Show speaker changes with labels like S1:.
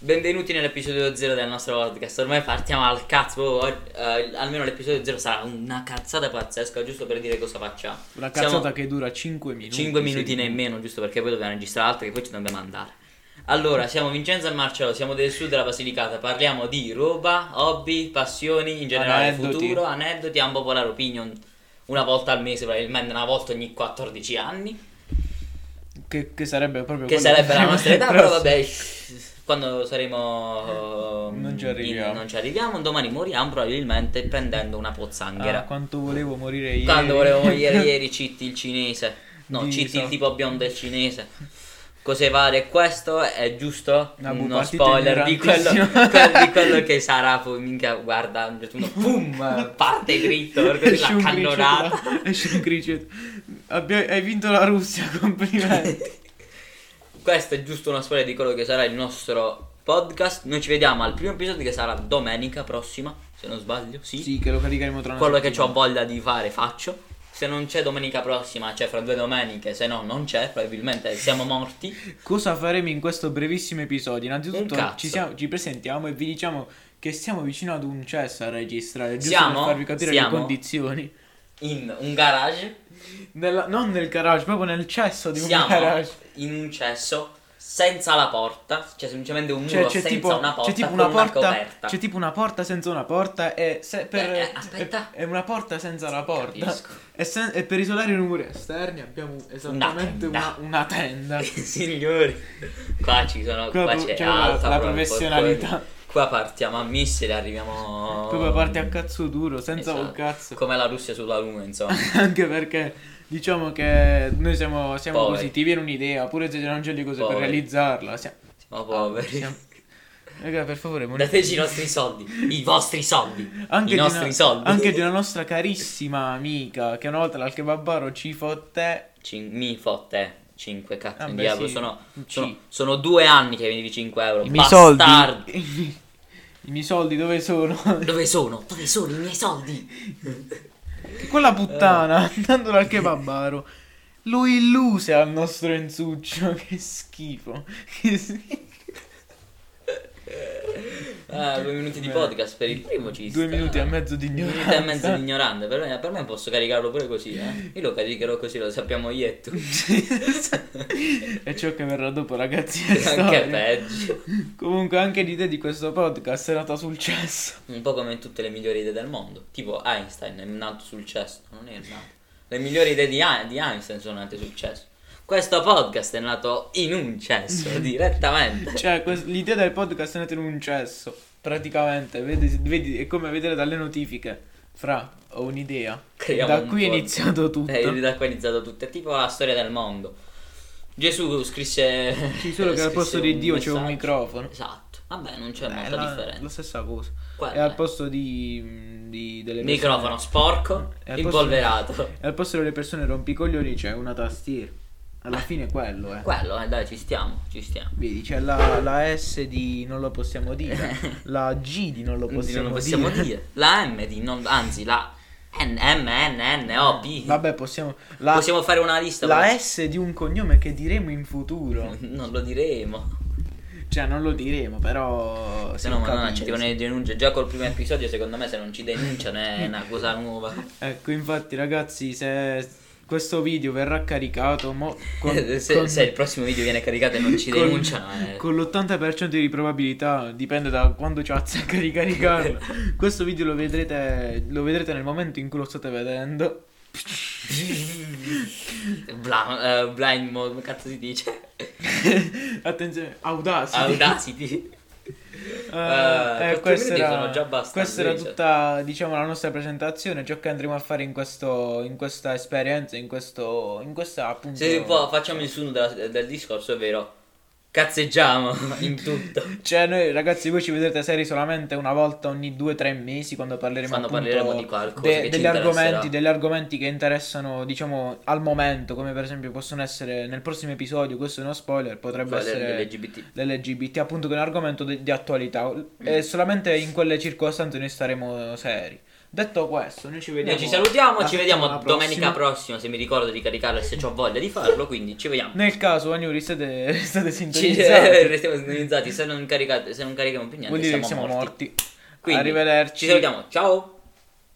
S1: Benvenuti nell'episodio 0 del nostro podcast. Ormai partiamo al cazzo. proprio, eh, almeno l'episodio 0 sarà una cazzata pazzesca, giusto per dire cosa facciamo.
S2: Una cazzata
S1: Siamo-
S2: che dura 5 minuti.
S1: 5 minuti
S2: sì.
S1: nemmeno, giusto perché poi dobbiamo registrare altro che poi ci dobbiamo andare. Allora, siamo Vincenzo e Marcello, siamo del sud della Basilicata, parliamo di roba, hobby, passioni, in generale
S2: Aneddoti.
S1: futuro, aneddoti, un popolare opinion una volta al mese, probabilmente una volta ogni 14 anni,
S2: Che, che sarebbe proprio
S1: che
S2: quello
S1: sarebbe la
S2: faremo
S1: nostra età,
S2: nel
S1: però
S2: prossimo.
S1: vabbè, quando saremo... eh,
S2: Non ci
S1: in-
S2: arriviamo.
S1: non ci arriviamo, domani moriamo probabilmente prendendo una
S2: Ah,
S1: pozzanghera.
S2: quanto volevo morire ieri.
S1: Quando volevo morire ieri Citti il cinese. No,
S2: Di
S1: Citti il
S2: so-
S1: tipo biondo del cinese. Cose varie, questo è giusto
S2: Una
S1: uno
S2: bubatita
S1: spoiler di quello,
S2: ignorantissima.
S1: que- di quello che sarà. Poi minchia, guarda, a un certo punto, boom, parte dritto, perché
S2: Esce
S1: la
S2: un
S1: cannonata.
S2: criceto, esce un criceto. Abbia- hai vinto la Russia, complimenti.
S1: Questo è giusto uno spoiler di quello che sarà il nostro podcast. Noi ci vediamo al primo episodio che sarà domenica prossima, se non sbaglio, sì.
S2: sì, che lo caricheremo tra una
S1: quello che ho
S2: settimana.
S1: voglia di fare faccio. Se non c'è domenica prossima, c'è fra due domeniche, se no non c'è, probabilmente siamo morti.
S2: Cosa faremo in questo brevissimo episodio?
S1: Un
S2: Innanzitutto
S1: cazzo.
S2: ci, siamo- ci presentiamo e vi diciamo che siamo vicino ad un cesso a registrare, giusto
S1: Siamo?
S2: per farvi capire
S1: Siamo?
S2: le condizioni.
S1: in un garage
S2: Nella- non nel garage, proprio nel cesso di un
S1: siamo
S2: garage.
S1: in un cesso senza la porta c'è semplicemente un muro
S2: Cioè, c'è,
S1: senza
S2: tipo,
S1: una porta
S2: c'è tipo
S1: con
S2: una
S1: coperta
S2: porta, c'è tipo una porta senza una porta e se- per,
S1: Eh, eh, aspetta.
S2: è, è una porta senza la porta
S1: Capisco.
S2: e, sen- e per isolare i rumori esterni abbiamo esattamente
S1: tenda.
S2: una, una tenda
S1: signori qua ci sono
S2: Qua
S1: qua
S2: pro-
S1: c'è
S2: c'è la-
S1: alta
S2: la
S1: proprio,
S2: professionalità.
S1: poi- qua partiamo a missile arriviamo
S2: proprio parte a cazzo duro senza
S1: Esatto.
S2: un cazzo
S1: come la Russia sulla luna insomma
S2: anche perché diciamo che noi siamo, siamo
S1: Poveri.
S2: positivi in un'idea pure se non c'è le cose
S1: Poveri.
S2: per realizzarla siamo,
S1: siamo poveri
S2: Ah, siamo- Raga, per favore
S1: dateci i nostri soldi i vostri soldi i
S2: di
S1: nostri
S2: una-
S1: soldi
S2: anche di una nostra carissima amica che una volta l'al kebabaro ci fotte
S1: Cin- mi fotte 5 cazzo
S2: Ah,
S1: in
S2: beh,
S1: diavolo
S2: sì.
S1: sono,
S2: Sì.
S1: sono, sono due anni che venivi 5 euro
S2: I miei
S1: bastardo
S2: soldi. I miei soldi dove sono?
S1: dove sono dove sono i miei soldi
S2: Quella
S1: Eh.
S2: puttana, andando dal kebabaro, lo illuse al nostro Ensuccio. Che schifo. Che schifo.
S1: Ah, due minuti di
S2: Beh,
S1: podcast per il primo ci
S2: Due
S1: sta.
S2: minuti e mezzo di
S1: Due
S2: ignoranza.
S1: minuti e mezzo di ignorante per me, per me posso caricarlo pure così eh. io lo caricherò così lo sappiamo io e tu
S2: E ciò che verrà dopo, ragazzi. è storia.
S1: anche peggio
S2: Comunque, anche l'idea di questo podcast è nata sul cesso.
S1: un po' come tutte le migliori idee del mondo tipo Einstein è nato sul cesso non è nato le migliori idee di, Ein- di Einstein sono nate sul cesso questo podcast è nato in un cesso direttamente
S2: Cioè, quest- l'idea del podcast è nata in un cesso. Praticamente, vedi, vedi- è come vedere dalle notifiche. Fra, ho un'idea.
S1: Creiamo
S2: da
S1: un
S2: qui è
S1: podcast.
S2: iniziato tutto.
S1: Eh, da qua è iniziato tutto, è tipo la storia del mondo. Gesù scrisse...
S2: Sì, solo che al
S1: scrisse
S2: posto di Dio c'è un
S1: messaggio.
S2: microfono.
S1: Esatto, vabbè non c'è
S2: Eh,
S1: molta
S2: la, la
S1: differenza.
S2: stessa cosa.
S1: Quella
S2: E al
S1: è.
S2: posto di, di delle persone-
S1: Microfono sporco,
S2: E al posto-
S1: impolverato.
S2: E al posto delle persone rompicoglioni c'è una tastiera.
S1: Ah.
S2: Alla fine è quello, eh.
S1: Quello, eh, dai, ci stiamo, ci stiamo.
S2: Vedi, c'è la, la S di non lo possiamo dire, la G di non lo
S1: Quindi
S2: possiamo,
S1: non lo possiamo dire. La M di... Non, anzi, la N, M, N, N, O, P.
S2: Vabbè, possiamo la,
S1: Possiamo fare una lista. però-
S2: la S di un cognome che diremo in futuro.
S1: Non lo diremo.
S2: Cioè, non lo diremo, però
S1: Se no,
S2: si
S1: madonna, ci
S2: capisce.
S1: arrivano le denunce. Già col primo episodio, secondo me, se non ci denunciano è una cosa nuova.
S2: Ecco, infatti, ragazzi, se questo video verrà caricato, mo, con,
S1: se,
S2: con-
S1: se il prossimo video viene caricato e non ci
S2: con-
S1: denunciano, eh.
S2: con l'80% di probabilità, dipende da quando ci azzecca di caricarlo. questo video lo vedrete, lo vedrete nel momento in cui lo state vedendo.
S1: Bla- eh, blind mode, come cazzo si dice?
S2: Attenzione, Audacity.
S1: Audacity.
S2: Eh,
S1: Eh,
S2: eh,
S1: otto
S2: questa
S1: minuti
S2: era,
S1: sono già abbastanza,
S2: questa era
S1: dice.
S2: tutta diciamo la nostra presentazione ciò che andremo a fare in, questo, in questa esperienza in questo in questa appunto
S1: Se si può, facciamo il sunno della- del discorso, ovvero cazzeggiamo in tutto.
S2: Cioè, noi ragazzi, voi ci vedrete serie solamente una volta ogni 2-3 mesi quando parleremo,
S1: Quando
S2: appunto
S1: parleremo di qualcosa che ci
S2: degli,
S1: interesserà.
S2: argomenti, degli argomenti che interessano, diciamo, al momento, come per esempio possono essere nel prossimo episodio, questo è uno spoiler, potrebbe
S1: Spoiler
S2: essere
S1: LGBT.
S2: l'LGBT,
S1: Mm.
S2: appunto che è un argomento di, di attualità. E solamente in quelle circostanze noi staremo seri. Detto questo, noi ci vediamo.
S1: Noi ci salutiamo,
S2: la
S1: ci vediamo
S2: settimana
S1: domenica prossima se mi ricordo di caricarlo e se ho voglia di farlo, quindi ci vediamo.
S2: Nel caso, Agnuri, siete, state
S1: Ci
S2: sintonizzati.
S1: restiamo sintonizzati, se non caricate, se non carichiamo più niente
S2: Vuol dire che
S1: siamo
S2: siamo
S1: morti.
S2: morti.
S1: Quindi,
S2: Arrivederci.
S1: Ci salutiamo, ciao.